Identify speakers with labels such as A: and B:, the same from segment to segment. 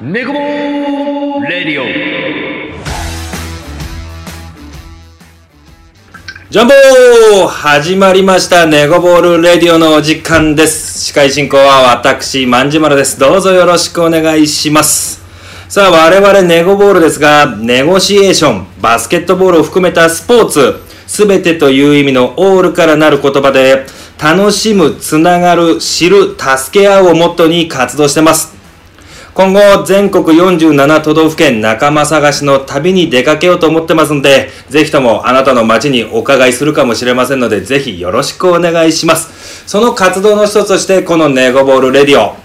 A: ネコボーレディオ
B: ジャンボー始まりましたネゴボールレディオのお時間です。司会進行は私、まんじまるです。どうぞよろしくお願いします。さあ、我々ネゴボールですが、ネゴシエーション、バスケットボールを含めたスポーツ、すべてという意味のオールからなる言葉で、楽しむ、つながる、知る、助け合うをモットーに活動してます。今後、全国47都道府県仲間探しの旅に出かけようと思ってますので、ぜひともあなたの街にお伺いするかもしれませんので、ぜひよろしくお願いします。その活動の一つとして、このネゴボールレディオ、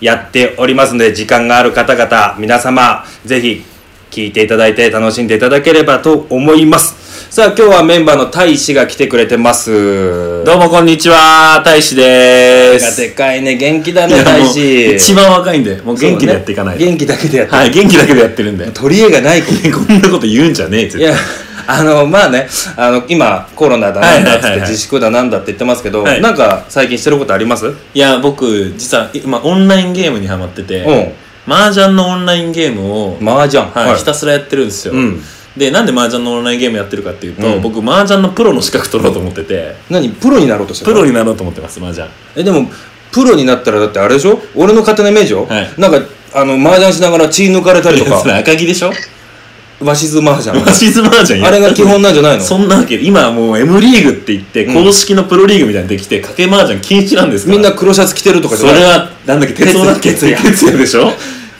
B: やっておりますので、時間がある方々、皆様、ぜひ、聞いていただいて楽しんでいただければと思います。さあ、今日はメンバーの大志が来てくれてます。
C: どうもこんにちは、大志で
B: 声
C: ー
B: が
C: す。
B: でかいね、元気だ
C: い
B: ね、
C: や
B: 大
C: もう
B: 志。
C: 一番若いんで、もう元気でやっていかないと。
B: 元気だけでやって
C: はい、元気だけでやってるんで。
B: 取り柄がない子
C: こんなこと言うんじゃねえ、絶
B: い
C: 対。
B: やあのまあねあの今コロナだなんだっつ
C: は
B: っ
C: いはい
B: て
C: はい
B: 自粛だなんだって言ってますけど、
C: はい
B: なんか最近してることありますうん
C: いや、僕、実は、今、オンラインゲームにハマってて、麻雀のオンラインゲームを、
B: 麻雀
C: はいひたすらやってるんですよ。
B: うん
C: で、なんで麻雀のオンラインゲームやってるかっていうと、
B: うん
C: 僕、麻雀のプロの資格取ろうと思ってて、
B: 何プロになろうとして
C: プ
B: る
C: ロになろうと思ってます、麻雀。
B: えでもプロになったらだってあれでしょ俺の勝手なイメージよ、
C: はい
B: なんかあの麻雀しながら血抜かれたりと
C: いやそれ
B: か
C: 赤木でし ょ
B: 鷲津麻 雀
C: マシズ麻雀や
B: あれが基本なんじゃないの
C: そんなわけで今もう M リーグって言って
B: うん
C: 公式のプロリーグみたいにできて賭け麻雀禁止なんですから
B: みんな黒シャツ着てるとかじ
C: そ
B: ゃない
C: れはなんだっけ鉄夫だっけ
B: 鉄
C: 鉄
B: 也
C: 也でしょ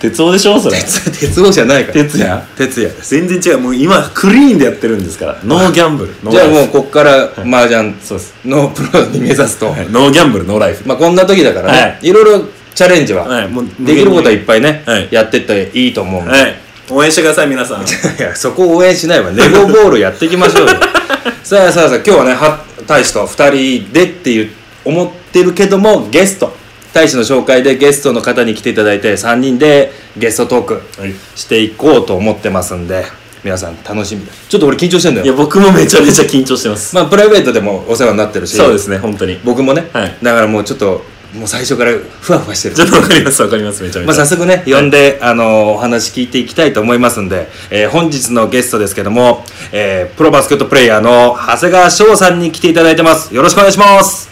C: 鉄夫でしょそれ
B: 鉄 鉄道じゃないから
C: 鉄也
B: 鉄也です
C: 全然違うもう今クリーンでやってるんですからノーギャンブルノー
B: じゃ
C: ラ
B: あ
C: イフ
B: もうこっから麻雀
C: そうです
B: のプロに目指すと、
C: はいノーギャンブルノーライフ
B: まあ、こんな時だからね、、
C: はい
B: ろいろチャレンジは、
C: はいもう
B: できることはいっぱいね、
C: はい
B: やってっていいと思うんで、
C: はい応援してください皆さん
B: いやそこを応援しないわレゴボールやっていきましょうよ さあさあさあ今日はねは大使と2人でっていう思ってるけどもゲスト大使の紹介でゲストの方に来ていただいて3人でゲストトーク
C: はい
B: していこうと思ってますんで皆さん楽しみだちょっと俺緊張してんだ
C: いや
B: よ
C: 僕もめちゃめちゃ緊張してます
B: まあプライベートでもお世話になってるし
C: そうですね本当に
B: 僕もね、
C: はい
B: だからもうちょっともう最初からふわふわしてる
C: ちょっとわかりますわかりますめちゃめ
B: まあ、
C: ちゃ
B: 早速ね、呼んで、あの、お話聞いていきたいと思いますんで、えー本日のゲストですけども、えープロバスケットプレイヤーの長谷川翔さんに来ていただいてます。よろしくお願いします。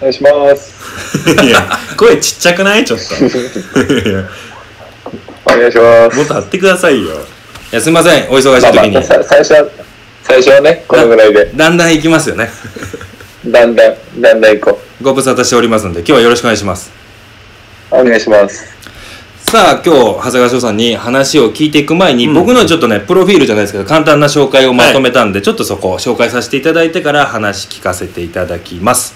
D: お願いします。
C: いや声ちっちゃくないちょっといや
D: お願いし
C: も
D: ま
C: っ
D: す。
C: と張ってくださいよ
B: いや、すいません、お忙しい
D: まあ
B: 時
D: まあ、
B: に。
D: さ最初は、最初はね、このぐらいで、
B: だんだん行きますよね。
D: だんだん、だんだん行こ
B: ご無沙汰しておりますんで、今日はよろしくお願いします。
D: う。お願いします。
B: さあ、今日、長谷川翔さんに話を聞いていく前に、
C: うん
B: 僕のちょっとね、プロフィールじゃないですけど、簡単な紹介をまとめたんで、ちょっとそこを紹介させていただいてから話聞かせていただきます。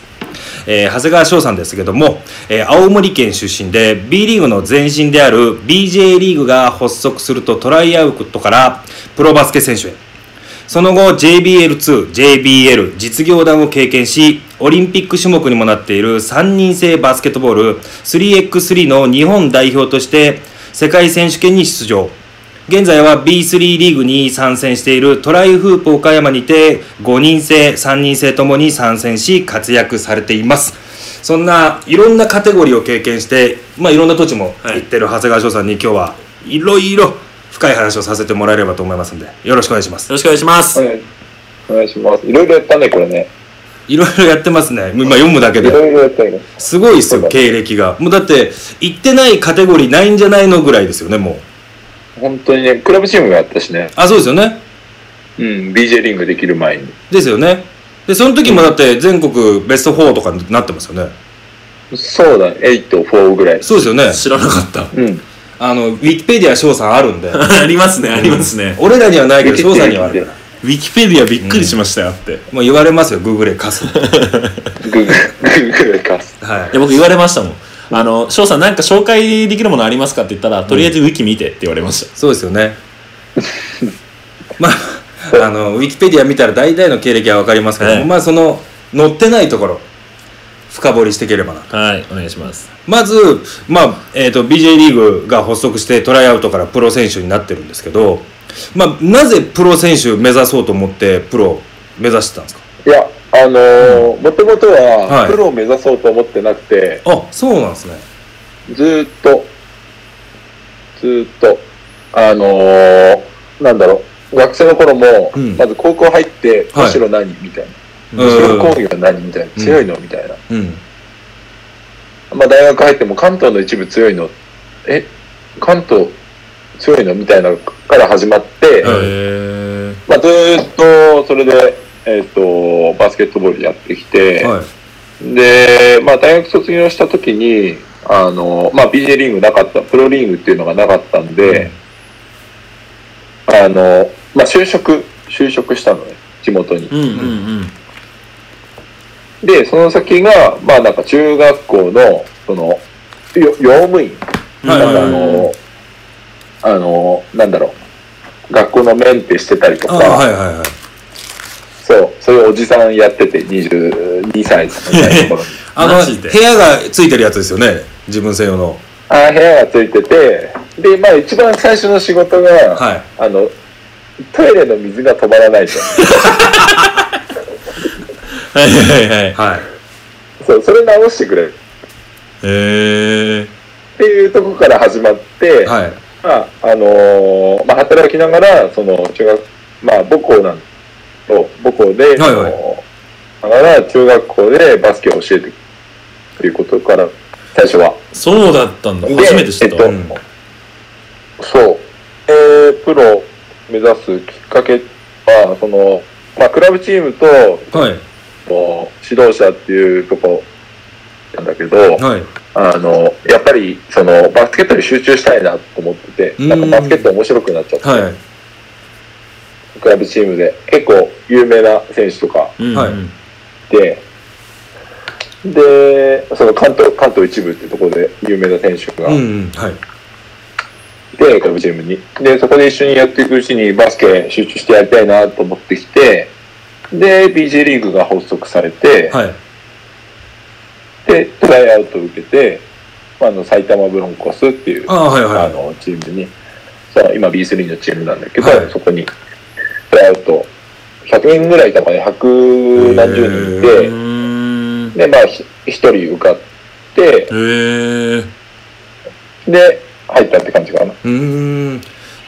B: えー長谷川翔さんですけども、えー青森県出身で B リーグの前身である BJ リーグが発足するとトライアウトからプロバスケ選手へその後 JBL2、JBL 実業団を経験し、オリンピック種目にもなっている3人制バスケットボール 3x3 の日本代表として世界選手権に出場。現在は B3 リーグに参戦しているトライフープ岡山にて5人制、3人制ともに参戦し活躍されています。そんないろんなカテゴリーを経験して、まあ、いろんな土地も行ってる長谷川翔さんに今日はいろいろ深い話をさせてもらえればと思いますんでよろしくお願いします
C: よ。ろしくお願いします
D: お願いお願いします。いろいろやったね、これね。
B: いろいろやってますね。今読むだけ
D: いろ
B: で。
D: いろやったね。
B: すごいです
D: そうだ
B: よ、
D: ね
B: 経歴が。もうだって、行ってないカテゴリーないんじゃないのぐらいですよね、もう。
D: 本当にね、クラブチームがやったしね。
B: あ、そうですよね。
D: うん、BJ リングできる前に。
B: ですよね。で、その時もだって、全国ベスト4とかになってますよね。
D: そうだ、8、4ぐらい。
B: そうですよね。
C: 知らなかった。
D: うん。
B: あの、ウィキペディア翔さんあるんで。
C: ありますね、ありますね。
B: 俺らにはないけど、
D: できて
B: 翔
D: る
B: さんにはある。
C: ウィキペディアびっくりしましたよって。い
B: もう言われますよ、グーグレ貸す。は
D: グーグル、グーグルか。
B: い。
C: や、僕言われましたもん。あの、翔さんなんか紹介できるものありますかって言ったら、とりあえずウィキ見てって言われました。
B: そうですよね。まあ、あの、ウィキペディア見たら大体の経歴はわかりますけども、
C: はい
B: まあ、その、載ってないところ、深掘りしていければな。
C: はい、お願いします。
B: まず、まあえー、と BJ リーグが発足してトライアウトからプロ選手になってるんですけど、まあ、なぜプロ選手目指そうと思ってプロ目指してたんですか
D: いや、あのー、もともと
B: は
D: は、
B: い
D: プロを目指そうと思ってなくて、
B: あそうなんですね
D: ずーっと、ずーっと、あのーなんだろう、学生の頃も、
C: うん
D: まず高校入って、
B: はい
D: むしろ何みた
B: う
D: いな。
B: ん
D: むしろ講義は何みたいな。
C: うん
D: 強いのみたいな。
C: うん。
D: まあ大学入っても関東の一部強いのえ関東強いのみたいなのから始まって、
B: はい
C: え
D: まあずーっとそれで、えっ、と、バスケットボールやってきて、
B: はい。
D: で、まあ、大学卒業した時に、あの、まあ、BJ リーグなかった、プロリーグっていうのがなかったんで、あの、まあ、就職、就職したのね、地元に。
C: うんうんうん。
D: で、その先が、まあ、なんか中学校の、その、よ用務員、
B: はい
D: なんかあ
B: はい
D: の、あの、なんだろう、学校のメンテしてたりと
B: あ
D: か、
B: はいはいはい。
D: そう、そういうおじさんやってて、22歳とかみたいなところに。
B: あ
C: マ
B: の、
C: ジで
B: 部屋がついてるやつですよね。自分専用の。
D: あー部屋がついてて、で、まあ一番最初の仕事が、
B: はい。
D: あの、トイレの水が止まらな いと。
C: はいはいはい。
B: はい。
D: そう、それ直してくれる
C: え
D: っていうところから始まって、
B: はい。
D: まあ、あのーまあ働きながら、その、中学、まあ母校なんと、母校で、
B: はいはい
D: そのだから中学校でバスケを教えてということから、最初は。
C: そうだったんだ。初めて知っ
D: で
C: たわ。
D: え
B: う
D: っ
B: ん
D: と、そう。えー、プロを目指すきっかけは、その、まあクラブチームと、
B: はい。
D: こう指導者っていうとこなんだけど、
B: はい。
D: あの、やっぱり、その、バスケットに集中したいなと思って
B: う
D: て、
B: ん
D: なんかバスケット面白くなっちゃって、
B: はい。
D: クラブチームで、結構有名な選手とか
C: うん
B: はい
C: うん
D: で、で、その関東、関東一部ってところで有名な選手が
B: うん
D: い
B: うん。はい。
D: て、クラブチームに。で、そこで一緒にやっていくうちにバスケ集中してやりたいなと思ってきて、で、BJ リーグが発足されて、
B: はい。
D: で、トライアウトを受けて、まああの、埼玉ブロンコスっていう、
B: ああ、はいは
D: あ
B: い。
D: の、チームに、そう今 B3 のチームなんだけど、
B: はい
D: そこに、トライアウト、100人ぐらいいたかね、100何十人いて、
C: うん。
D: で、まあ、ひ一人受かって、
C: へえ。
D: で、入ったって感じかな。
B: うーん。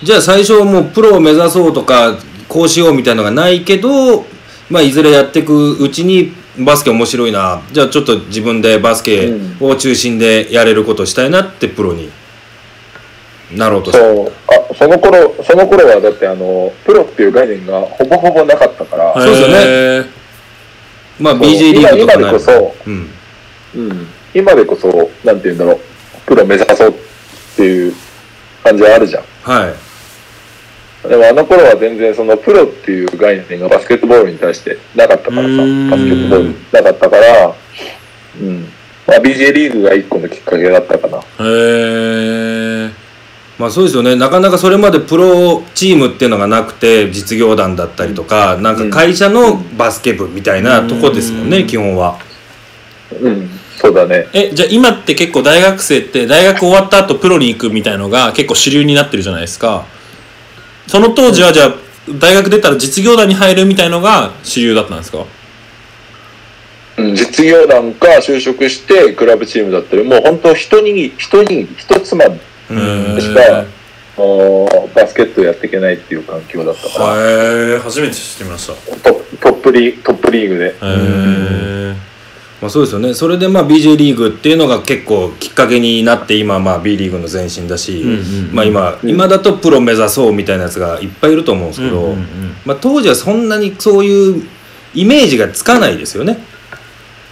B: じゃあ最初もうプロを目指そうとか、こうしようみたいのがないけど、まあいずれやっていくうちに、バスケ面白いな。じゃあちょっと自分でバスケを中心でやれることしたいなってプロになろうとした。
D: そう、あ、その頃、その頃はだってあの、プロっていう概念がほぼほぼなかったから、
B: いですよね
C: ね。
B: まあ
D: そう
B: BJ リーグとか
D: 今今
B: ない
D: でこそ、
B: うん。
D: うん、今でこそ、なんて言うんだろう、プロ目指そうっていう感じはあるじゃん。
B: はい。
D: でもあの頃は全然そのプロっていう概念がバスケットボールに対してなかったからさ、
C: う
D: バスケ
C: ーん
D: ットボールなかったから、うん。まあ BJ リーグが一個のきっかけだったかな。
C: へえ。
B: まあそうですよね。なかなかそれまでプロチームっていうのがなくて、実業団だったりとか、なんか会社のバスケ部みたいなとこですもんね、
C: うん
B: 基本は。
D: うん、そうだね。
C: え、じゃあ今って結構大学生って大学終わった後プロに行くみたいのが結構主流になってるじゃないですか。その当時はじゃあ大学出たら実業団に入るみたいのが主流だったんですか
D: うん、実業団か就職してクラブチームだったり、もう本当一握り、一握り、一つまみ
B: う
C: へー
B: ん。
D: しか、あのバスケットやっていけないっていう環境だったから、
C: はい、初めて知りました。へ
D: トトップリトップリーグで。
C: え。
B: まあそうですよね。それでまあ BJ リーグっていうのが結構きっかけになって、今まあ B リーグの前身だし、
C: うんうんうん
B: まあ今、
D: うん
B: 今だとプロ目指そうみたいなやつがいっぱいいると思うんです
C: うん
B: け
C: う
B: ど、
C: んうん
B: まあ当時はそんなにそういうイメージがつかないですよね。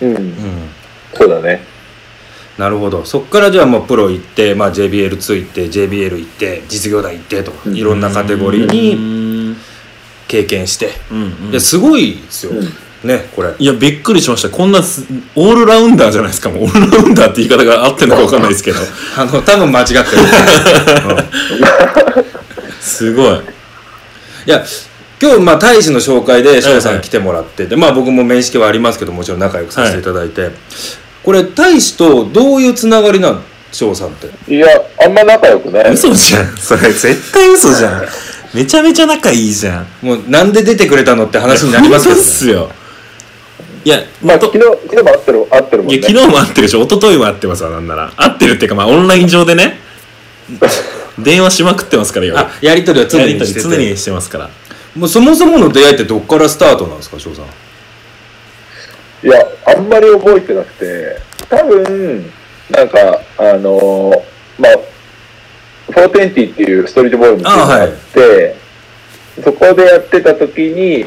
D: うん
B: う、ん。
D: そうだね。
B: なるほどそこからじゃあもうプロ行って、まあ、JBL ついて JBL 行って実業団行ってとか
D: うん
B: いろんなカテゴリ
C: う
B: ーに
C: ん
B: 経験して
C: うんうん。
B: ですごいですよ、ねこれ
C: いや、びっくりしました。こんなす、オールラウンダーじゃないですか。もうオールラウンダーって言い方が合ってるのかわかんないですけど。
B: あの多分間違ってる、うん
C: すごい。
B: いや今日まあ大使の紹介で翔さ
C: はいは
B: ん
C: い
B: 来てもらってで、まあ、僕も面識はありますけどもちろん仲良くさせていただいて、これ大使とどういうつながりなの翔さんって
D: いや、あんま仲良くない。
C: 嘘じゃん。それ絶対嘘じゃん。 めちゃめちゃ仲いいじゃん。
B: もうなんで出てくれたのって話になりますけ
C: よ。
B: ど
C: っ
B: ね
C: すよ。いや、
D: まあ、
C: と
D: 昨日、昨日も合ってる、合ってるもん
C: い
D: ね。
C: や昨日も会ってるし、一昨日も会ってますわ、なんなら。会ってるっていうか、まあ、オンライン上でね。電話しまくってますからよ。
B: あやり取りは常
C: やり
B: に
C: とり
B: して
C: 常
B: て
C: にしてますから。
B: もうそもそもの出会いってどっからスタートなんですか翔さん
D: いや、あんまり覚えてなくて、多分、なんか、あのーまあ、420っていうストリートボーイムっていうのがあって、そこでやってた時に、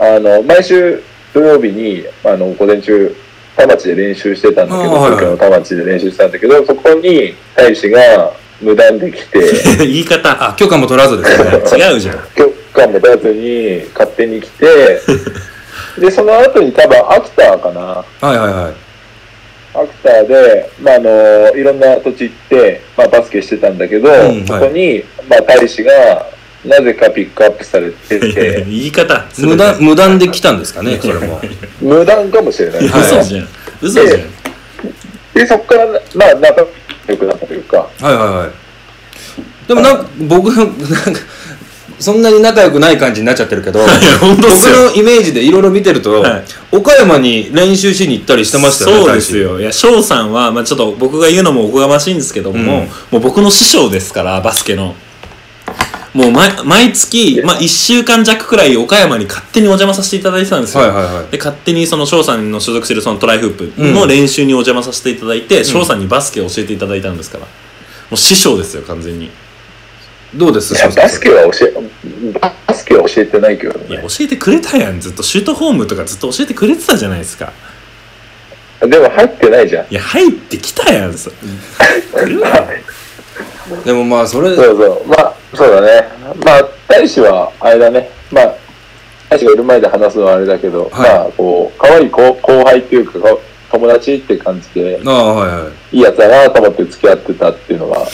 D: あの、毎週土曜日に、あの、午前中、田町で練習してたんだけど、
B: あはいはい
D: 東京の田町で練習してたんだけど、そこに大使が無断で来て、
C: 言い方、
B: あ許可も取らずですね
C: 違うじゃん。
D: 許可も出ずに勝手に来て、で、その後に多分秋田かな、
B: はいはいはい
D: アクターで、まあ、あのいろんな土地行って、まあ、バスケしてたんだけど、
B: ん
D: そこに、まあ、大使がなぜかピックアップされ てて
C: 言い方、
B: 無断無断で来たんで すかねそれも
D: 無断かもしれない
C: いや嘘じゃん。嘘じゃん。
D: でそこから、まあ、仲良くなったというか
B: はいはいはいでもなんか僕なんかそんなに仲良くない感じになっちゃってるけど
C: いや本当っ
B: 僕
C: すよ
B: のイメージでいろいろ見てると、
C: はい
B: 岡山に練習しに行ったりしてましたよね
C: そうですよ。いや、翔さんは、まあちょっと僕が言うのもおこがましいんですけども、
B: うん
C: もう僕の師匠ですから、バスケの。もう毎毎月、まあ1週間弱くらい岡山に勝手にお邪魔させていただいてたんです
B: 大使
C: よ。
B: はいはいはい
C: で、勝手にその翔さんの所属するそのトライフープの練習にお邪魔させていただいて、翔、さんにバスケを教えていただいたんですから。もう師匠ですよ、完全に。
B: どうです
D: いや
B: 翔さん
D: バスケは教えバスケは教えてないけど
C: いや、
D: ね
C: 教えてくれたやん。ずっとシュートフォームとかずっと教えてくれてたじゃないですか。
D: でも入ってないじゃん
C: いや、入ってきたやん。そ来るわ
B: でもまあそれ
D: そうそうまあそうだねまあ大使はあれだねまあ大使がいる前で話すのはあれだけど、
B: はい
D: まあこう可愛い後後輩っていうかか友達って感じで
B: ああはいはい
D: いいやつだなと思って付き合ってたっていうの が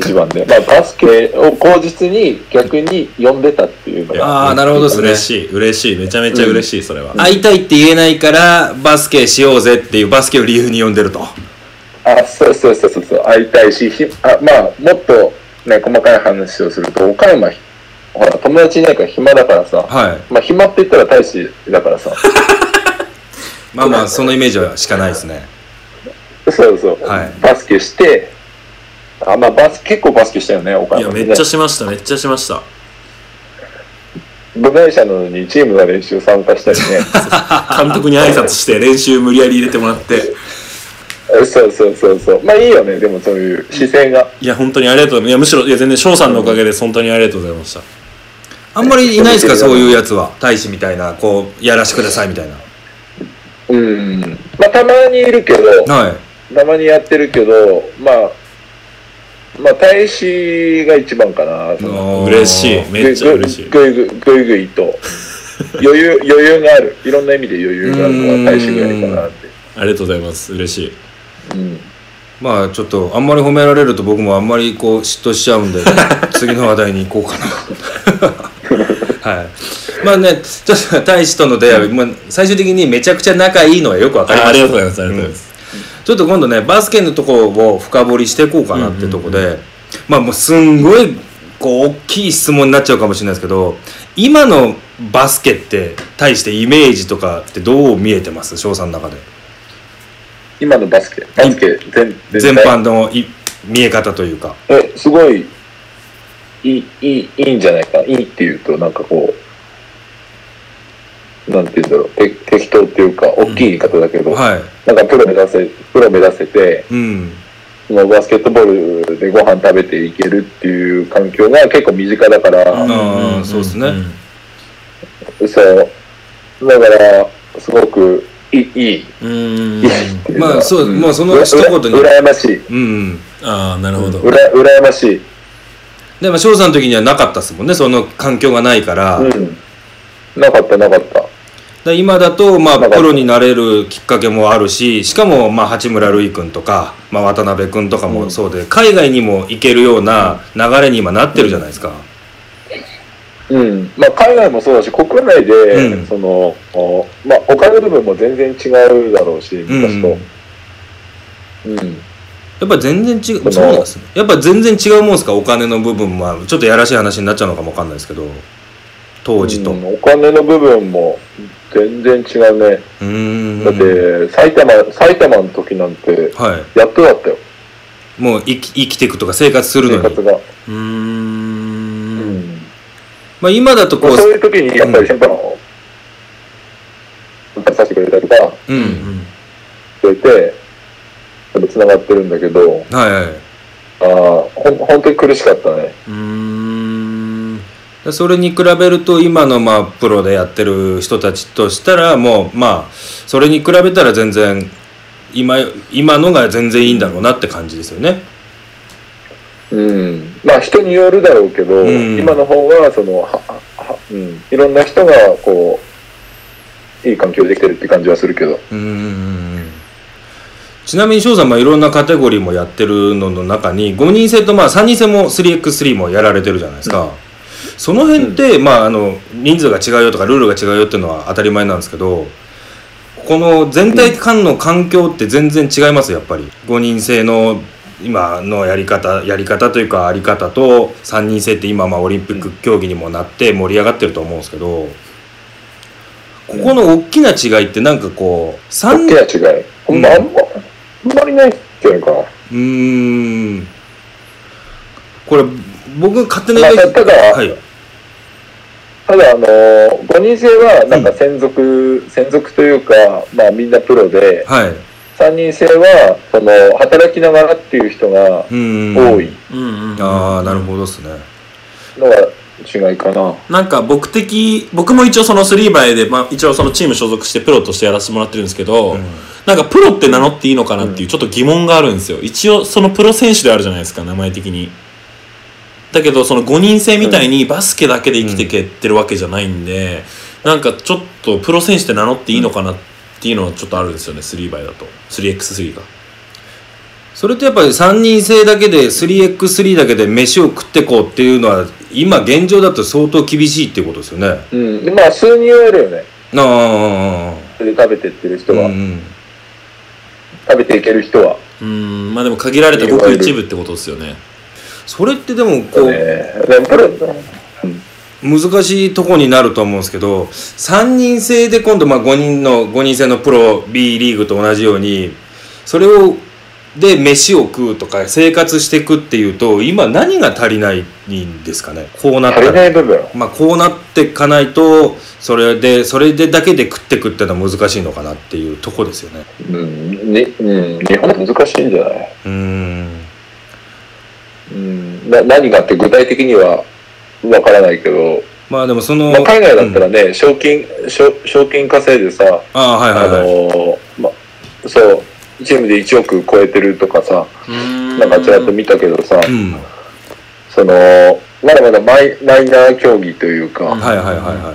D: 一番で、まあ、バスケを口実に逆に呼んでたっていうのが、
B: ああなるほどですね
C: 嬉しい、嬉しい。めちゃめちゃ嬉しい、それは。
B: 会いたいって言えないからバスケしようぜっていうバスケを理由に呼んでると
D: あそうそうそうそうそう会いたいしひあまあもっとね細かい話をすると岡山ほら友達いないから暇だからさ
B: はい
D: まあ暇って言ったら大使だか らさ
B: まあまあそのイメージはしかないですね
D: そうそう、
B: はい
D: バスケしてあまあバス結構バスケしたよね岡
C: いや、
D: 山
C: め
D: ね
C: っちゃしました、めっちゃしました。
D: 部外者なのにチームが練習参加したりね
C: 監督に挨拶して、練習無理やり入れてもらって。
D: そうそうそうそうまあいいよねでもそういう姿勢が
C: いや、本当にありがとうございます。いや、むしろ、いや、全然、翔さんのおかげです、本当にありがとうございました。
B: あんまりいないですかそういうやつは大使みたいなこうやらしてくださいみたいな
D: うん。まあ、たまにいるけど、
B: はい
D: たまにやってるけど、まあ、まあ、大使が一番かな。その
C: 嬉しい、めっちゃ嬉しい。
D: ぐいぐいぐいぐいと。余裕、余裕がある。いろんな意味で余裕があるのが大使ぐらいかなって。
C: ありがとうございます、嬉しい。
D: うん。
B: まあちょっとあんまり褒められると僕もあんまりこう嫉妬しちゃう んで次の話題に行こうかな はいまあねちょっと大使との出会い、まあ、最終的にめちゃくちゃ仲いいのはよくわかり
C: ああ
B: ま
C: り
B: し
C: が
B: た
C: とうございます、ありがとうございます。
B: ちょっと今度ねバスケのとこを深掘りしていこうかなってとこで、まあもうすんごいこう大きい質問になっちゃうかもしれないですけど今のバスケって対してイメージとかってどう見えてます翔さんの中で
D: 今のバスケ、バスケ全
B: 全
D: 体
B: 般のい見え方というか
D: え、すごい、いい、いい、いいんじゃないか。いいっていうと、なんかこう、なんて言うんだろう。て適当っていうか、大きい言い方だけど、
B: はい
D: なんかプロ目指せ、プロ目指せて、
B: うん
D: そのバスケットボールでご飯食べていけるっていう環境が結構身近だから、
B: あーそうっすね
C: ん
D: そう。だから、すごくいい、いい。
C: うんうん。うん
B: まあそうもうその一言に
D: うら羨ましい。
B: うん
C: ああ、なるほど。
D: うら、羨ましい。
B: でも翔さんの時にはなかったですもんねその環境がないから,、だか
D: うん。なかった、なかった。
B: ら今だとまあ
D: なかった
B: プロになれるきっかけもあるししかもまあ八村塁君とか、まあ、渡辺君とかもそうで、海外にも行けるような流れに今なってるじゃないですか、
D: うん。まあ、海外もそうだし、国内で、
B: うん
D: その、おまあ、お金の部分も全然違うだろうし、
B: ん
D: 昔と。うん。
B: やっぱ全然違う
D: この
B: そうなんですねやっぱ全然違うもんですかお金の部分はちょっとやらしい話になっちゃうのかもわかんないですけど当時と
D: う
B: うん
D: お金の部分も全然違うね。
B: ーん
D: だって、埼玉、埼玉の時なんて、
B: はい
D: やっとだったよ。
B: もう生き生きていくとか生活するの
D: 生
B: に
D: 活。が。
C: うーん。
B: まあ今だとこ
D: まあ、そういう
B: う、
D: 時にやっぱり先輩の、出させてくれたりとか、
B: う。
C: うんん。
D: くれて、やっぱ繋がってるんだけど、
B: はいはい。
D: ああ、ほん、本当に苦しかったね。
C: うーん。
B: でそれに比べると今のまあプロでやってる人たちとしたらもうまあそれに比べたら全然今今のが全然いいんだろうなって感じですよね。
D: うん。まあ人によるだろうけど、
B: うん
D: 今の方が、その、は、は、うん。いろんな人が、こう、いい環境できてるって感じはするけど。
B: うーんちなみに翔さんまあいろんなカテゴリーもやってるのの中に5人制とまあ3人制も 3x3 もやられてるじゃないですか。その辺って、まあ、あの人数が違うよとかルールが違うよっていうのは当たり前なんですけどこの全体間の環境って全然違いますやっぱり5人制の今のやり方やり方というかあり方と3人制って今まあオリンピック競技にもなって盛り上がってると思うんですけどここの大きな違いってなんかこう
D: 大
B: 三
D: きな違い。ほんま、
B: うん
D: あんま、あんまりないっていうか。
B: うーんこれ僕が勝手な
D: まあ、
B: イメー
D: た
B: ジ
D: ただ、
B: はい
D: ただ、あのー、5人制は、なんか専属、専属というか、まあみんなプロで、
B: はい
D: 3人制は、その、働きながらっていう人が
B: うーん
D: 多い
C: うんうん。
B: ああなるほどですね
D: のが違いかな。
C: なんか僕的、僕も一応そのスリーバイで、まあ一応そのチーム所属してプロとしてやらせてもらってるんですけど、
B: うん
C: なんかプロって名乗っていいのかなっていうちょっと疑問があるんですよ。一応そのプロ選手であるじゃないですか、名前的に。だけどその5人制みたいにバスケだけで生きてけってるわけじゃないんで、なんかちょっとプロ選手って名乗っていいのかなっていうのはちょっとあるんですよね、スリーバイだと。3x3 が。
B: それとやっぱり3人制だけで 3x3 だけで飯を食ってこうっていうのは今現状だと相当厳しいっていうことですよね。あ
D: うん。でまあ、数人はいるよね。
B: あ
D: それで食べてってる人
B: うん
D: は、
B: うん
D: 食べていける人は。
C: うん、まあでも限られたごく一部ってことですよね。
B: それってでもこ
D: そう
B: う
D: ね。でもプロ、うん
B: 難しいとこになると思うんですけど3人制で今度まあ5人の5人制のプロ B リーグと同じようにそれをで飯を食うとか生活していくっていうと今何が足りないんですかねこうなった
D: 足
B: ら
D: りない部分。
B: まあ、こうなっていかないとそれでそれでだけで食っていくってのは難しいのかなっていうとこですよね
D: うん。にうん、日本難しいんじゃないう
B: ーん
D: うん。な何があって具体的にはわからないけど、
B: まあでもその、
D: まあ、海外だったら
B: うん
D: ね、賞金賞、賞金稼いでさ、
B: ああはい
D: あ
B: はいはい
D: のーま、そう、チームで1億超えてるとかさ、
C: な
D: な
C: ん
D: かちらっと見たけどさ、
B: うん
D: その、まだまだマイマイナー競技というか、
B: はいはいはいは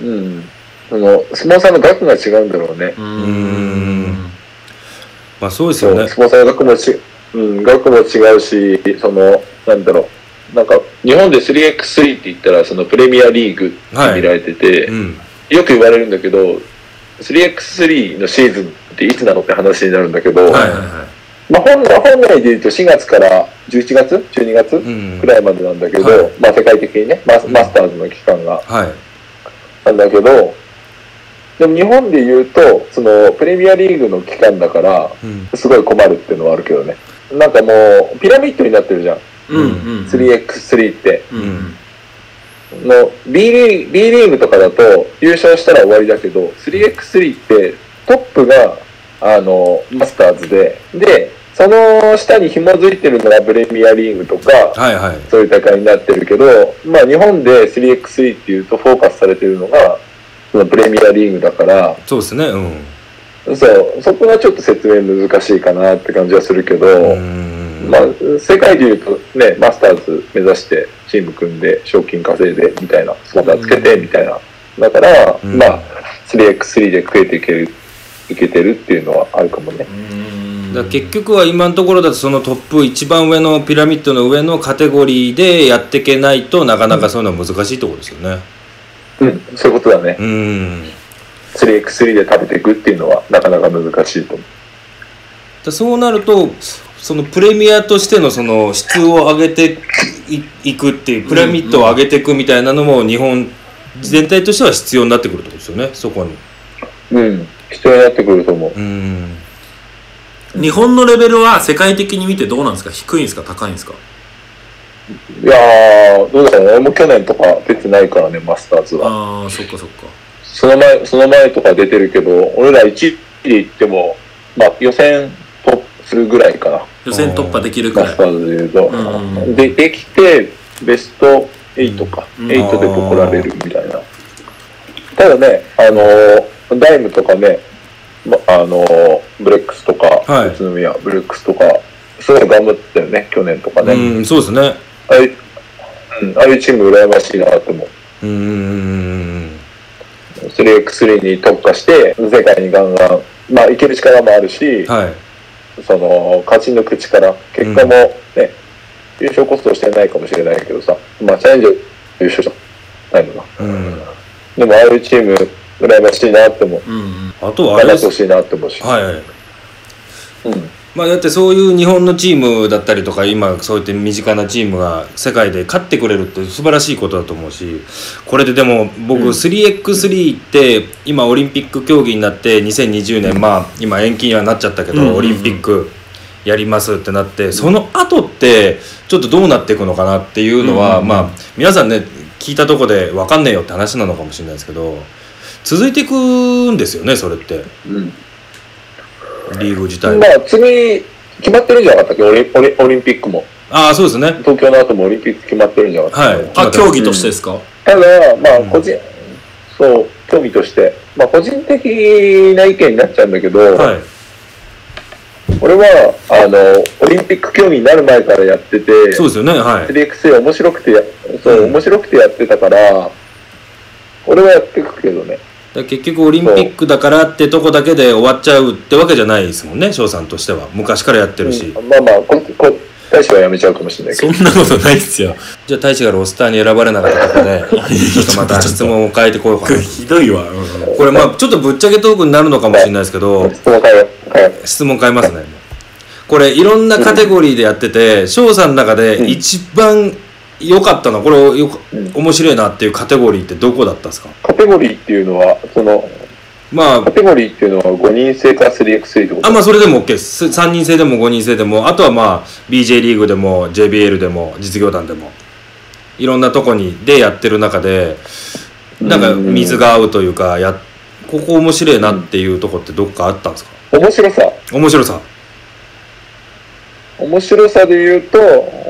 B: い
D: うん。その、相撲さんの額が違うんだろうね。
C: う
B: ーんまあそうです
D: そ
B: よ
D: う、
B: ね
D: スポンサーの額もち、うん、額も違うし、その、なんだろう、なんか、日本で 3x3 って言ったら、そのプレミアリーグって見られてて、
B: うん
D: よく言われるんだけど、3x3 のシーズンっていつなのって話になるんだけど、
B: はい
D: まあ本来、本来で言うと4月から11月 ?12 月
B: うん
D: くらいまでなんだけど、
B: はい
D: まあ世界的にね、マス
B: うん
D: マスターズの期間が。
B: はい
D: なんだけど、でも日本で言うと、そのプレミアリーグの期間だから、
B: うん
D: すごい困るっていうのはあるけどね。なんかもう、ピラミッドになってるじゃん。
C: うんうん。
D: 3x3 って。
C: うん。
D: の、B リーグ、B リーグとかだと、優勝したら終わりだけど、3x3 って、トップが、あの、マスターズで、で、その下に紐づいてるのがプレミアリーグとか、
B: はいはい
D: そういう大会になってるけど、まあ日本で 3x3 っていうとフォーカスされてるのが、そのプレミアリーグだから、
B: そうですねうん
D: そう、そこがちょっと説明難しいかなって感じはするけど、
B: うーん
D: まあ、世界でいうとね、マスターズ目指してチーム組んで賞金稼いでみたいな、スポンサーつけてみたいな。だから、
B: うん
D: まあ、3x3 で食えていける、いけてるっていうのはあるかもね。
B: だから結局は今のところだとそのトップ一番上のピラミッドの上のカテゴリーでやっていけないとなかなかそういうのは難しいところですよね
D: うん、そういうことだね。
B: うん
D: 3x3 で食べていくっていうのはなかなか難しいと思
B: だそうなるとそのプレミアとしてのその質を上げていいくっていうプラミッドを上げていくみたいなのも日本全体としては必要になってくるってことですよねそこに
D: う。うん、必要になってくると思う。
B: うん
C: 日本のレベルは世界的に見てどうなんですか低いんですか高いんですか
D: いやー、どうだろうね。俺も去年とか出てないからね、マスターズは。
C: ああ、そっかそっか。
D: その前、その前とか出てるけど、俺ら1位で行っても、まあ予選とするぐらいかな。
C: 予選突破できるく
D: マ
C: らい
D: スタ。ーズで言うと。
C: うん
D: で、できて、ベスト8か。
C: うん
D: 8で来られるみたいな。ただね、あのーダイムとかね、まあのーブレックスとか、
B: はい
D: 宇都宮、ブレックスとか、すごい頑張ってたよね、去年とかね。
B: うん、そうですね。
D: ああいう、うん、ああいうチーム羨ましいなと思
B: う
D: う。
B: んうん。
D: 3x3 に特化して、世界にガンガン、まあ、いける力もあるし、
B: はい。
D: その、勝ち抜く力、結果もね、優勝こそしてないかもしれないけどさ、まあ、チャレンジャー優勝したないもんな。
B: うん。
D: でも、ああいうチーム、羨ましいなって思う。
C: うんうん。
B: あとはあ
D: 頑
B: れで
D: 張って
B: す
D: ほ。しいなって思うし。
B: はいはい。
D: うん。
B: まあだってそういう日本のチームだったりとか今そうやって身近なチームが世界で勝ってくれるって素晴らしいことだと思うしこれででも僕 3x3 って今オリンピック競技になって2020年まあ今延期にはなっちゃったけ
C: うんうんう
B: ど
C: ん
B: オリンピックやりますってなってその後ってちょっとどうなっていくのかなってい
C: う
B: うの
C: んうん
B: は
C: うん
B: まあ皆さんね聞いたとこで分かんねえよって話なのかもしれないですけど続いていくんですよねそれって
D: うん。
B: リーグ自体
D: ま
B: は。
D: あ、次、決まってるんじゃなかったっけオリオリオリンピックも。
B: ああそうですね。
D: 東京の後もオリンピック決まってるんじゃなかったっけ
B: はい
C: あ、競技としてですか
D: ただ、まあ
B: うん、
D: 個人、そう、競技として、まあ、個人的な意見になっちゃうんだけど、
B: はい
D: 俺は、あの、オリンピック競技になる前からやってて、
B: そうですよね、はい。
D: 3x 面白くてや、そう、
B: うん
D: 面白くてやってたから、俺はやってくけど
B: だ
D: ね。
B: から結局オリンピックだからってとこだけで終わっちゃうってわけじゃないですもんね、翔さんとしては。昔からやってるし。
D: うんまあまあ、こ、こ、大使はやめちゃうかもしれないけ
C: そん
D: ど。
C: なことないっすよ。
B: じゃあ、大使がロスターに選ばれなかったこと で、ちょっとまた質問を変えてこようかな。
C: ひどいわ。うん
B: これ、まあ、ちょっとぶっちゃけトークになるのかもしれないですけど、
D: 質問変えよう。変えよ
B: 質問変えますね。これ、いろんなカテゴリーでやってて、翔さんの中で一番良かったの、これよか、
D: うん
B: 面白いなっていうカテゴリーってどこだったんですか
D: うカテゴリーっていうのは、その、
B: まあ
D: カ、テゴリーっていうのは5人制か 3x3 ってこと
B: あまあそれでも OK です3人制でも5人制でもあとはまあ BJ リーグでも JBL でも実業団でもいろんなとこにでやってる中でなんか
D: うん
B: 水が合うというかやここ面白いなっていうとこってどっかあったんですか
D: 面白さ。
B: 面白さ
D: 面白さで言うと、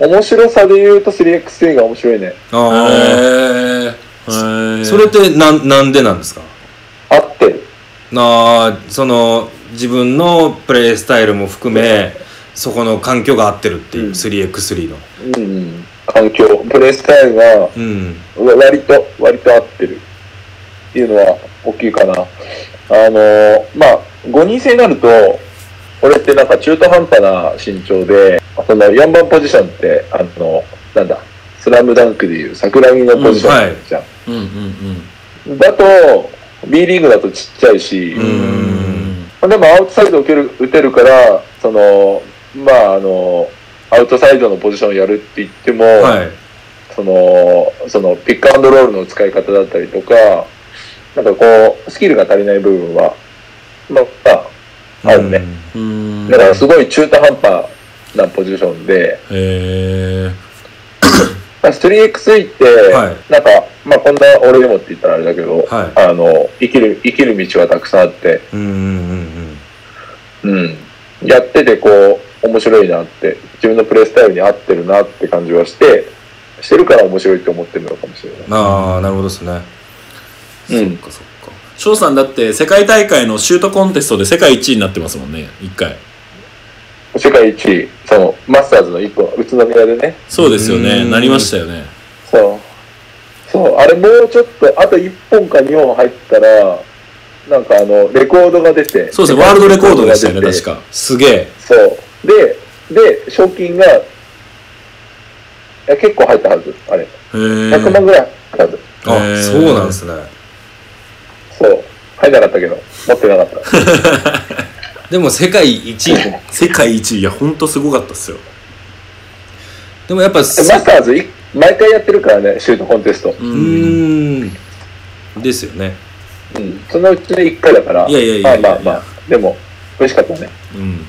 D: 面白さで言うと 3x3 が面白いね。
B: あ
C: へー
B: あそれってなんなんでなんですか
D: 合ってる。
B: なあその自分のプレースタイルも含めそこの環境が合ってるっていううん 3x3 の
D: うん。環境、プレイスタイルがわ
B: うん
D: 割と、割と合ってる。っていうのは大きいかな。あのーまあ、5人制になると、俺ってなんか中途半端な身長で、その4番ポジションって、あの、なんだ、スラムダンクでいう桜木のポジシ
B: うんは
D: ョ
B: い
D: ンじゃん。
C: うんうん
D: だと、B リーグだとちっちゃいし、
C: うん。うん。
D: でもアウトサイドを受ける打てるから、その、まあ、あの、アウトサイドのポジションをやるって言っても、
B: はい
D: その、その、ピックアンドロールの使い方だったりとか、なんかこう、スキルが足りない部分は、まあ、まああるね
B: うん
C: うん。
D: だからすごい中途半端なポジションで、
C: へえ。
D: まあ、3x3 って、
B: は
D: なんか、まあ、こんな俺でもって言ったらあれだけど、
B: はい
D: あの、生きる、生きる道はたくさんあって、
B: うんうんうん
D: うん。やっててこう、面白いなって、自分のプレイスタイルに合ってるなって感じはして、してるから面白いって思ってるのかもしれない
B: うん。ああなるほどですね
C: そ
D: うん
C: っかそっか。翔さんだって世界大会のシュートコンテストで世界一位になってますもんね、一回。
D: 世界一位、その、マスターズの一個、宇都宮でね、
C: そうですよ
B: う
C: ね。
B: ん
C: なりましたよね。
D: そう。そう、あれもうちょっと、あと1本か2本入ったら、なんかあの、レコードが出て。
C: そうですね、ワールドレコードでしたよね、確
D: か。
C: か。
B: すげえ
D: そう。で、で、賞金が、いや結構入ったはず、あれ。
C: へえ。
D: 100万ぐらい入ったはず。
B: あ、
C: へー
B: そうなんですね
D: そう。入らなかったけど、持ってなか った。
B: でも世界一位
C: 世界一位、いや、ほんとすごかったっすよ。
B: でもやっぱ
D: で
B: す
D: マスターズい、毎回やってるからね、シュートコンテスト。
C: う
B: う。ーんですよね
D: うん。そのうちで1回だから。
C: いやいやいやいや
D: まあまあまあ。でも、美味しかったね。
C: うん。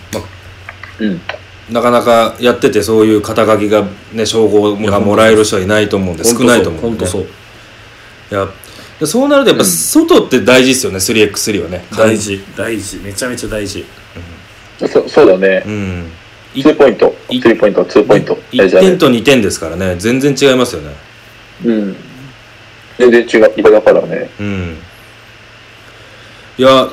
D: うん。
B: なかなかやっててそういう肩書きがね称号がもらえる人はいないと思うんで少ないと思う
C: 本
B: んで
C: 当
B: ね
C: そう。
B: いやでそうなるとやっぱ外って大事ですよね 3x3 はね
C: 大事、大事。めちゃめちゃ大事。
D: そそうだね
B: う。んい
D: 2ポイント、
B: い
D: 3ポイント、2ポイント。大
B: 1
D: 事だね
B: 点。と2点ですからね全然違いますよね
D: うん。全然違う。いやだからね。
B: うんいや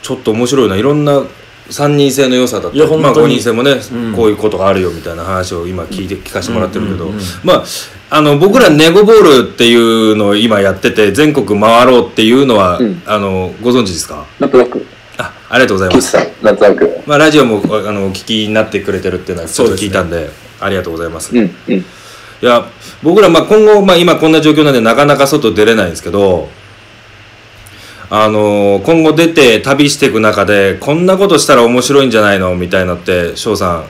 B: ちょっと面白いないろんな3人制の良さだった
C: いや本当に
B: まあ、5人制もね、
C: うん
B: こういうことがあるよみたいな話を今聞いて聞かせてもらってるけ
C: う
B: ど、
C: んうんうん
B: まああの僕らネゴボールっていうのを今やってて全国回ろうっていうのは、
D: うん
B: あのご存知ですか
D: なんとなく、
B: あありがとうございま
D: 岸
B: す
D: さん、なんとなく。
B: まあ、ラジオもあのお聞きになってくれてるっていうのはちょっ
C: そう
B: と
C: です
B: 聞
C: ね
B: いたんでありがとうございます、
D: うん、
B: い
D: うん。
B: や僕らまあ今後、まあ、今こんな状況なんでなかなか外出れないんですけどあのー今後出て旅していく中でこんなことしたら面白いんじゃないのみたいなって翔さん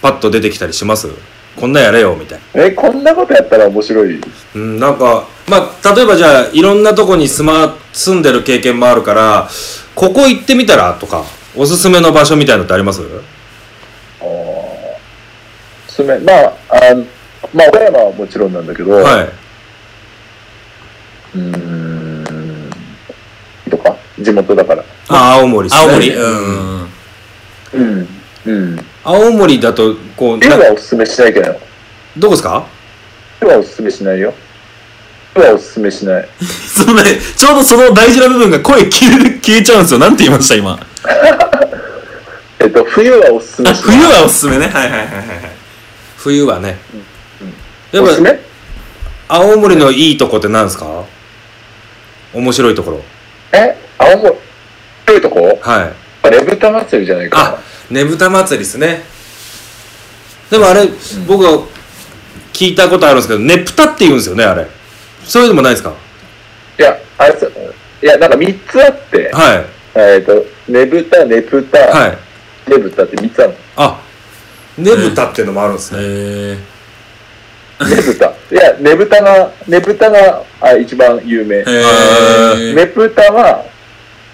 B: パッと出てきたりしますこんなんやれよみたいな。
D: え、こんなことやったら面白い。
B: うん、なんか、まあ、例えばじゃあいろんなとこに住,、ま、住んでる経験もあるからここ行ってみたらとかおすすめの場所みたいなのってあります
D: すめ、まあ、あんまあ、岡山はもちろんなんだけど、
B: はいう
D: ーん、とか、地元だから。
B: あ青森っすね
C: 青森。
B: うん
C: うん。
D: うん、うん。
B: 青森だとこう
D: 絵
B: な
D: はおすすめしないけど、
B: どこですか
D: 絵はおすすめしないよ。絵はおすすめしない。
C: そのね、ちょうどその大事な部分が声消え消えちゃうんですよ。なんて言いました、今。
D: えっと、冬はおすすめ
C: あ、
D: しない。
C: 冬はおすすめね。はいはいはいはい。
B: 冬はねや
D: お
B: っ
D: すすめ
B: ぱ青森のいいとこって何ですか面白いところ
D: え青森。どういうとこ
B: はい
D: ねぶた祭りじゃないか
B: あねぶた祭りですねでもあれ、僕は聞いたことあるんですけどねぷたって言うんですよねあれそういうのもないですか
D: な。いや、あれさ、いや、なんか3つあって、
B: はい
D: えっと、ねぶた、ねぶた、
B: はい
D: ねぶたって3つある
B: あねぶたってのもあるんですね、
C: へえ。
D: の。ねぶた。いや、ねぶたが、ねぶたがあ一番有名。
C: へえ。
D: ねぷたは、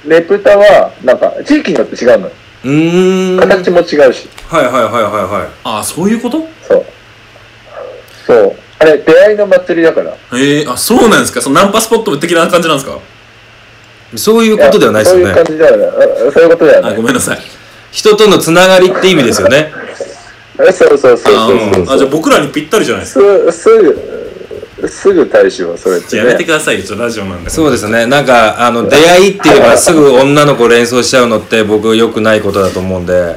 D: ねぷたは、なんか、地域によって違うのよ。
B: うーんはい
D: 形も違うし、
B: はいはいはいは
C: あ、そういうこと
D: そう。そう。あれ、出会いの祭りだから。
C: へえ。あ、そうなんですか。そのナンパスポット的な感じなんですか
B: いそういうことではないですよ
D: そういう
B: ね
D: 感じだよね。うんそういうことだよ
C: あ、
D: ね
C: ご。めんなさい。
B: 人とのつながりって意味ですよね
D: えそうそうそうそうそう
C: あ、じゃあ僕らにぴったりじゃないですか。
D: すすぐすぐ対処はそれっ
C: じゃ
D: て
C: あやめて
D: ね
C: くださいよ。ちょっとラジオなんで。
B: そうですね。なんか、あの、出会いって言えばすぐ女の子連想しちゃうのって僕良くないことだと思うんで。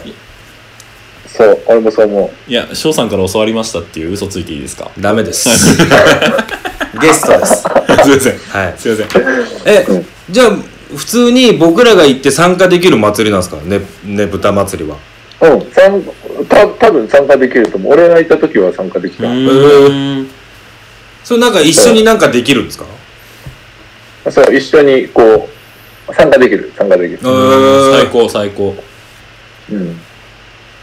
D: そう俺もそう思
C: いや、翔さんから教わりましたっていう嘘ついていいですか
B: ダメです。 ゲストです。
C: すいません。
B: はい。
C: すいません。
B: え、じゃあ、普通に僕らが行って参加できる祭りなんですかね、ねぶた祭りは。
D: ううん参た多分参加できると思う俺がいた時は参加できた、
C: うーん。
B: それなんか一緒になんかできるんですか
D: そう一緒にこう参加できる参加できる
B: う
C: うん
B: ん
C: 最高、最高。
D: うん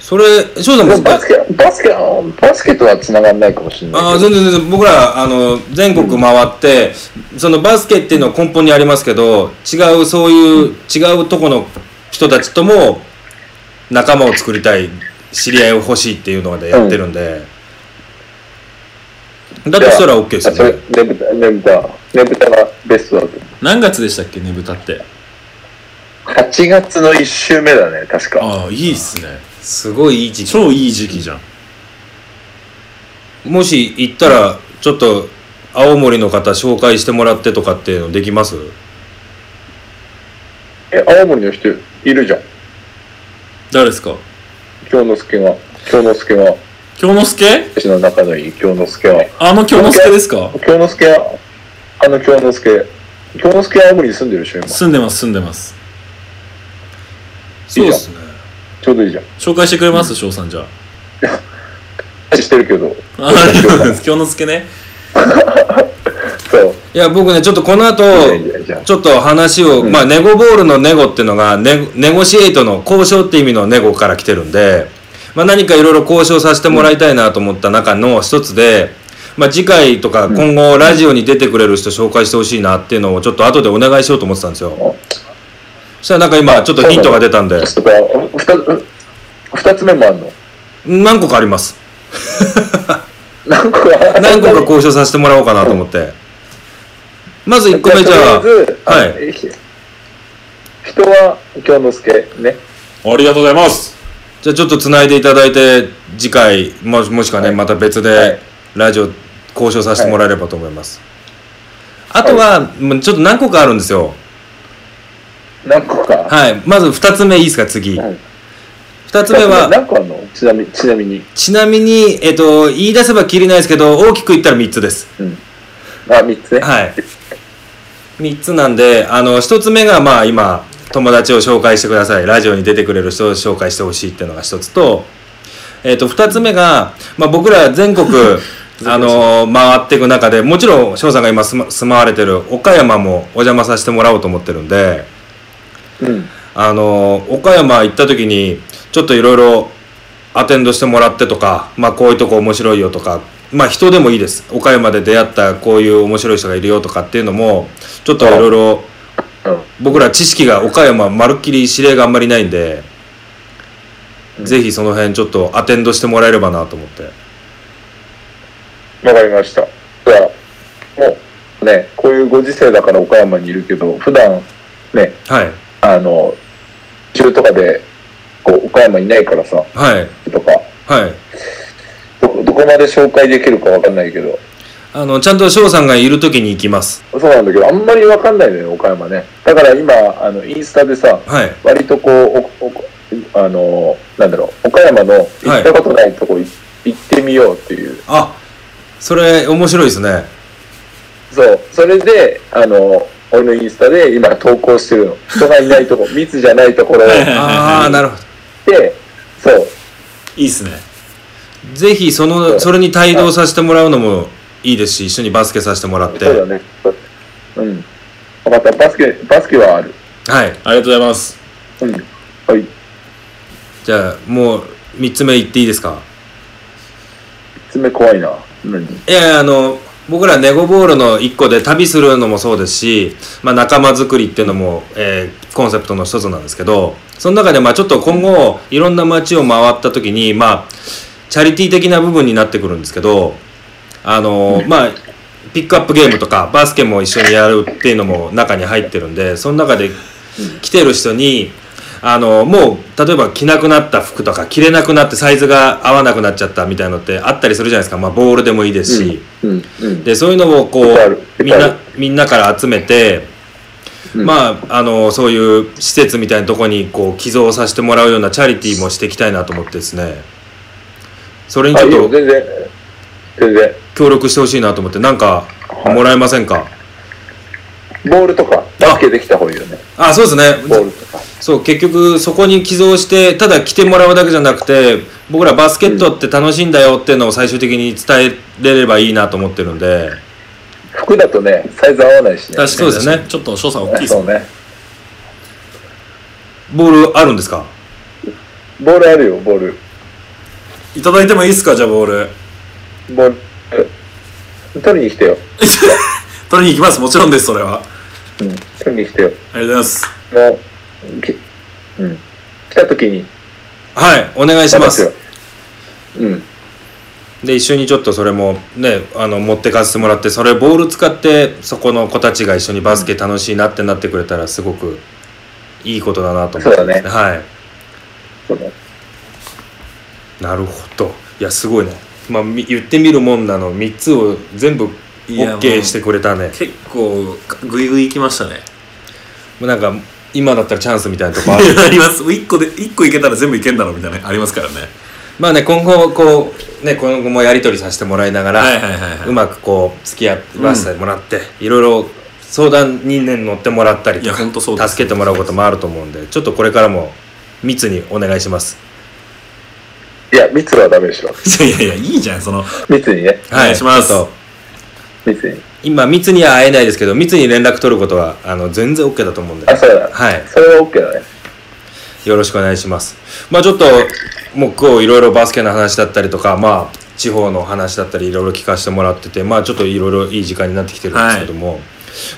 B: それ、翔さん
D: で
B: も
D: もバスケバスケバスケとは繋がんないかもしれ
B: あ
D: な
B: あ
D: いけど
B: 全然全然僕らあの全国回って、そのバスケっていうのは根本にありますけど違うそういう、違うとこの人たちとも仲間を作りたい知り合いを欲しいっていうのでやってるんで、だとしたら OK です
D: あそれ
B: よね
D: ねぶたねぶたねぶたがベストだと
C: 何月でしたっけねぶたって
D: 8月の1週目だね確か
C: ああいいっすね
B: すごいいい時期
C: 超いい時期じゃん
B: もし行ったらちょっと青森の方紹介してもらってとかっていうのできます
D: え青森の人いるじゃん
C: 誰ですか
D: 京之助が京之助が
C: 京之助
D: 私の仲のいい京之助は
C: あの京之助ですか
D: 京之助は、あの京之助。京之助は青森に住んでるでしょ、今。
C: 住んでます住んでます
B: そうですね
D: ちょうどいいじゃん。
C: 紹介してくれます翔さんじゃあ
D: 話してるけど。
C: あありがとうございます京之助ね
D: そう。
B: いや僕ねちょっとこの後
D: いいじゃんいいじゃん
B: ちょっと話を、まあネゴボールのネゴっていうのがネゴネゴシエイトの交渉って意味のネゴから来てるんで、まあ、何かいろいろ交渉させてもらいたいなと思った中の一つで、まあ、次回とか今後ラジオに出てくれる人紹介してほしいなっていうのをちょっと後でお願いしようと思ってたんですよそしたらなんか今ちょっとヒントが出たんで
D: ちょっとこれ、ふた、二つ目もあるの
B: 何個かあります。
D: 何個か
B: 何個か交渉させてもらおうかなと思って。まず1個目じゃあ、
D: とりえずあ
B: はい
D: い。人は京之助ね。
C: ありがとうございます
B: じゃあちょっとつないでいただいて、次回、ももしくはね、
D: はい
B: また別
D: は
B: で
D: い
B: ラジオ交渉させてもらえればと思います。あとは、もうちょっと何個かあるんですよ。
D: 何個か。
B: はい。まず2つ目いいですか、次。
D: はい
B: 2つ目は、
D: 何個あるのちなみに、ちなみに。
B: ちなみに、えっと、言い出せばきりないですけど、大きく言ったら3つです。
D: あ、三つね。
B: はい。3つなんで、あの、1つ目が、まあ今、友達を紹介してください。ラジオに出てくれる人を紹介してほしいっていうのが1つと、えっ、と、2つ目が、まあ僕ら全国、あの回っていく中で、もちろん、翔さんが今住ま住まわれてる岡山もお邪魔させてもらおうと思ってるんで、
D: うん。
B: あの岡山行った時にちょっといろいろアテンドしてもらってとか、まあ、こういうとこ面白いよとか、まあ、人でもいいです岡山で出会ったこういう面白い人がいるよとかっていうのもちょっといろいろ
D: うん
B: 僕ら知識が岡山まるっきり知り合いがあんまりないんで、
D: うん
B: ぜひその辺ちょっとアテンドしてもらえればなと思って
D: わかりました。じゃあ、もう、ね、こういうご時世だから岡山にいるけど、普段、ね、
B: はい
D: あの、中とかで、こう、岡山いないからさ、
B: はい
D: とか、
B: はい
D: どこどこまで紹介できるかわかんないけど、
B: あのちゃんと翔さんがいる時に行きます
D: そうなんだけど、あんまりわかんないのよ、岡山ね。だから今、あの、インスタでさ、
B: はい
D: 割とこう、おおあの、なんだろう、岡山の行ったことないとこい行ってみようっていう。
B: あそれ面白いです ね
D: そう、それで、あの、俺のインスタで今投稿してるの。人がいないとこ、 密じゃないところ
C: はいはい
D: で、
B: ああなるほど
D: そう、
C: いいっすね
B: ぜひそ
D: そ
B: の
D: う
B: それに帯同させてもらうのもいいですし一緒にバスケさせてもらって、
D: そうだね。うん。分かった、バスケ、バスケはある。
B: はい
C: ありがとうございます
D: うん。はい。
B: じゃあもう3つ目いっていいですか
D: 爪怖いな。何
B: いやいやあの僕らネゴボールの1個で旅するのもそうですし、まあ、仲間作りっていうのも、えーコンセプトの一つなんですけどその中でまあちょっと今後いろんな街を回った時にまあチャリティー的な部分になってくるんですけどあのまあピックアップゲームとかバスケも一緒にやるっていうのも中に入ってるんでその中で来てる人にあのもう例えば着なくなった服とか着れなくなってサイズが合わなくなっちゃったみたいのってあったりするじゃないですか、まあ、ボールでもいいですし、
D: うん。うん。
B: でそういうのをこ
D: いっぱいある
B: うみん
D: いっぱいあ
B: な
D: る
B: みんなから集めて、
D: うん
B: まああのそういう施設みたいなとこにこう寄贈させてもらうようなチャリティーもしていきたいなと思ってですねそれに
D: あ、
B: ち
D: いい
B: ょ
D: よ、
B: っと
D: 全然。全然。
B: 協力してほしいなと思ってなんか
D: い
B: もらえませんか
D: ボールとか、バスケできた方がいいよね。
B: あそうです
D: ボー
B: ね
D: ルとか。
B: そう結局そこに寄贈してただ来てもらうだけじゃなくて僕らバスケットって楽しいんだよっていうのを最終的に伝えれればいいなと思ってるんで
D: 服だとね、サイズ合わないし
B: 確
D: ね。
B: かにそうですね
C: ちょっと翔さん大きいっす
D: そ
C: ね
D: うね。
B: ボールあるんですか
D: ボールあるよ、ボール。
C: いただいてもいいっすかじゃあボール
D: ボール。取りに来てよ。
C: 取りに行きますもちろんですそれは
D: うん。取りに来てよ。
C: ありがとうございます
D: もう、きうん。来た時に、
B: はいお願いします
D: 渡すよ。うん。
B: で一緒にちょっとそれもねあの持ってかせてもらってそれボール使ってそこの子たちが一緒にバスケ楽しいなってなってくれたらすごくいいことだなと思って
D: そうだね
B: は
D: その
B: いなるほどいやすごいね、まあ、み言ってみるもんなの3つを全部
C: いやもう
B: OK してくれたね
C: 結構グイグイ行きましたね
B: もうなんか今だったらチャンスみたいなとこあ る
C: あります1個で一個いけたら全部いけんだろうみたいなのありますからね
B: まあね今後こうね今後もやり取りさせてもらいながら、
C: はいはいはいはいう
B: まくこう付き合わせてもらって、いろいろ相談に、ね、乗ってもらったり
C: い
B: と
C: や
B: か、
C: 本当そうです
B: 助けてもらうこともあると思うんでちょっとこれからも密にお願いします
D: いや、密はダメでしょ。
C: いやいやいいじゃんその
D: 密にね。
C: お願いします
B: ちょっと
D: 密に。
B: 今密には会えないですけど密に連絡取ることはあの全然 OK だと思うんで
D: あ、そうだ。
B: はい
D: それは OK だね。
B: よろしくお願いしますまあちょっともう今日いろいろバスケの話だったりとかまあ地方の話だったりいろいろ聞かせてもらっててまあちょっといろいろいい時間になってきてるんですけども、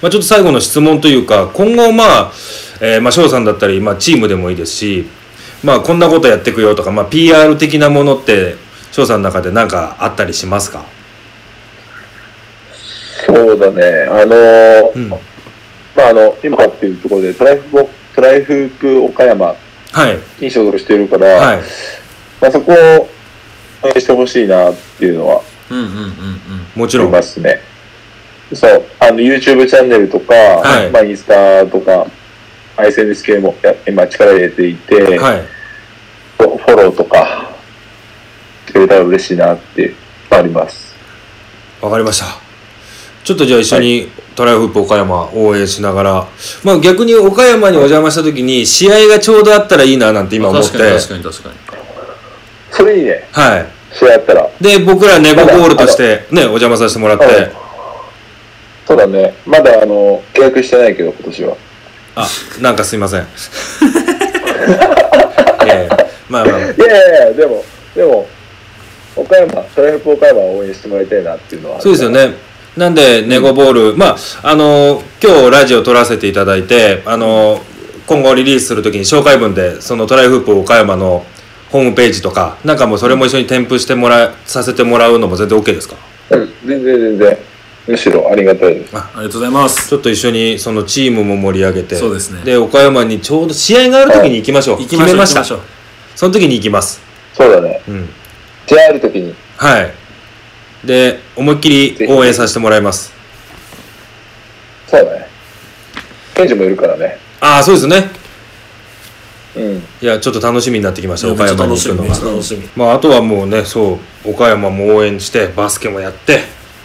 B: まあちょっと最後の質問というか今後まあ、えーまあ翔さんだったりまあチームでもいいですしまあこんなことやってくよとか、まあ、PR 的なものって翔さんの中で何かあったりしますか
D: そうだね。あのー
B: うんはい
D: まあ、あの、今っていうところで、トライフボ、トライフープ岡山に所属してるから、
B: はい
D: まあ、そこを応援してほしいなっていうのは
C: うんうんうんうん。
B: もち
D: あ
B: ろ
D: り
B: ん
D: ますね。そう、あの、YouTube チャンネルとか、
B: はい
D: まあ、インスタとか、SNS 系もや今力入れていて、
B: はい
D: フォローとか、してくれたら嬉しいなって、あります。
B: わかりました。ちょっとじゃあ一緒にトライフープ岡山応援しながら、まあ逆に岡山にお邪魔した時に試合がちょうどあったらいいななんて今思って、
C: 確かに確
B: は
C: かに確かに。
D: それいいね、
B: い。
D: それやったら。
B: で、僕らネゴボールとしてね、お邪魔させてもらって、
D: はいそうだね。まだ、あの、契約してないけど、今年は。
B: あ、なんかすいませ ん。ええまあまあ、
D: いやいやいや、でも、でも、岡山、トライフポ岡山を応援してもらいたいなっていうのは。
B: そうですよ。ね。なんで、ネゴボール、まあ、あの、今日ラジオ撮らせていただいて、あの、今後リリースするときに紹介文で、そのトライフープ岡山のホームページとか、なんかもうそれも一緒に添付してもら、させてもらうのも全然 OK ですか
D: うん、全然全然。むしろありがたいです。
C: ありがとうございます。
B: ちょっと一緒にそのチームも盛り上げて、
C: そうですね
B: で、岡山にちょうど試合があるときに行きましょう。
C: 行きましょう。
B: 決めまし
C: 行
B: た。
C: きょう
B: その時に行きます。
D: そうだね。
B: うん。
D: じゃあある時に、
B: はい。で、思いっきり応援させてもらいます。
D: そうだね。ケンジもいるからね。
B: ああ、そうですね。
D: うん。
B: いや、ちょっと楽しみになってきまし
C: ち
B: た、
C: ょっと
B: 岡山に
C: 楽
B: 行
C: し
B: く
C: み。
B: の
C: めっ
B: が
C: ちゃ。楽しみ。
B: まあ、あとはもうね、そう、岡山も応援して、バスケもやって、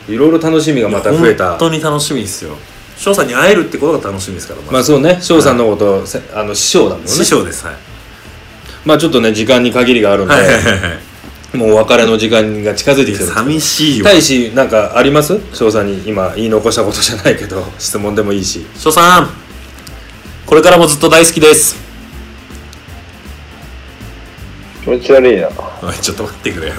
B: いろいろ楽しみがまた増えた
C: 本。当に楽しみですよ。翔さんに会えるってことが楽しみですから、まず
B: まあそうね、翔さんのこと、せあの、師匠だもんね。
C: 師匠です。はい。
B: まあちょっとね、時間に限りがあるんで、
C: はいはいはいはい。
B: もうお別れの時間が近づいてきてる。
C: 寂しいよ。
B: 大使、なんかあります翔さんに今言い残したことじゃないけど、 質問でもいいし。
C: 翔さん、これからもずっと大好きです。
D: 気持ち悪いな。
C: おいちょっと待ってくれよ。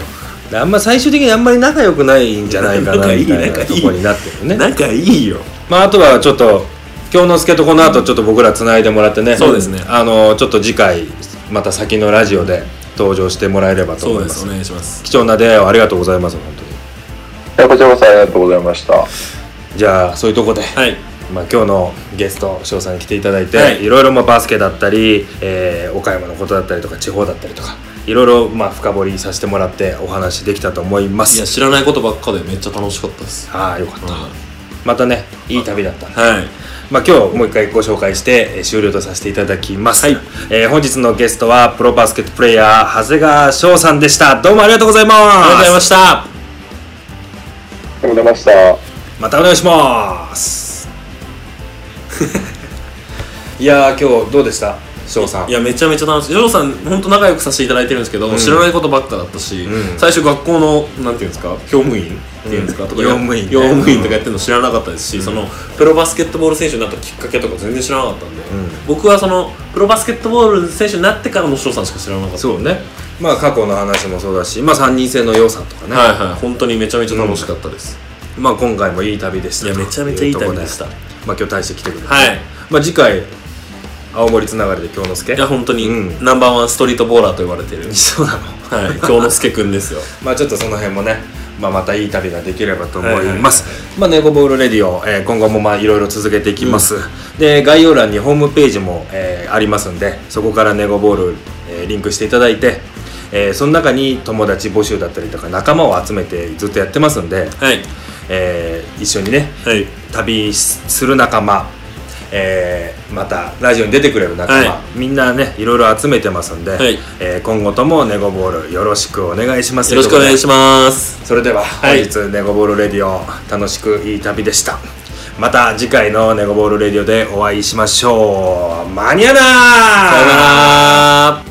B: あんま最終的にあんまり仲良くないんじゃないか
C: 仲
B: な、
C: いい
B: みたい
C: 仲
B: ない
C: い
B: とこになってるね。
C: 仲いいよ。
B: まあ、あとはちょっと京之助とこの後ちょっと僕らつないでもらってね
C: そうですね
B: あのちょっと次回また先のラジオで登場してもらえればと
C: そ
B: 思
C: う
B: い
C: で。
B: ますす
C: お願いします。
B: 貴重な出会いをありがとうございます本当に
D: こちらこそありがとうございました。
B: じゃあそういうとこで、
C: はい。
B: まあ、今日のゲスト翔さんに来ていただいて、、
C: はいい
B: ろいろまあバスケだったり、えー岡山のことだったりとか地方だったりとかいろいろまあ深掘りさせてもらってお話できたと思いま
C: いや、
B: す
C: 知らないことばっかでめっちゃ楽しかったです。
B: ああよかっ
C: う
B: た、
C: ん
B: またねいい旅だったね
C: はい。
B: まあ、今日もう一回ご紹介してえー終了とさせていただきます、
C: はい
B: えー本日のゲストはプロバスケットプレイヤー長谷川翔さんでしたどうもありがとうございます
C: ありがとうございました。
D: ありがとうございました。
B: またお願いします いやー今日どうでした翔さん
C: いやめちゃめちゃ楽しいジョーさん本当仲良くさせていただいてるんですけど、知らないことばっかだったし、
B: うん
C: 最初学校のなんていうんですか教務員っていうんですか、とかや
B: 用務員ね
C: 用務員とかやってるの知らなかったですし、そのプロバスケットボール選手になったきっかけとか全然知らなかったんで、
B: ん
C: 僕はそのプロバスケットボール選手になってからの翔さんしか知らなかった
B: そうねまあ過去の話もそうだしまあ3人制の良さとかね、
C: はいはい本当にめちゃめちゃ楽しかったです、
B: まあ今回もいい旅でした
C: いやめちゃめちゃいい旅でした
B: というとこまあ今日大して来てくれて、
C: はい
B: まあ次回青森つながりで京之助
C: いや本当に、
B: うん
C: ナンバーワンストリートボーラーと言われてる
B: そうなの
C: はい京之介くんですよ
B: まあちょっとその辺もね、まあ、またいい旅ができればと思います、まあネゴボールレディオ、えー今後もまあいろいろ続けていきます、で概要欄にホームページも、えーありますんでそこからネゴボール、えーリンクしていただいて、えーその中に友達募集だったりとか仲間を集めてずっとやってますんで、
C: はい
B: えー一緒にね
C: はい
B: 旅する仲間、えーまたラジオに出てくれる仲間、
C: は
B: みんなねいろいろ集めてますんで、
C: はい
B: えー今後ともネゴボールよろしくお願いします
C: よろしくお願いします
B: それでは本
C: い
B: 日ネゴボールレディオ楽しくいい旅でしたまた次回のネゴボールレディオでお会いしましょうマニアナ
C: さよなら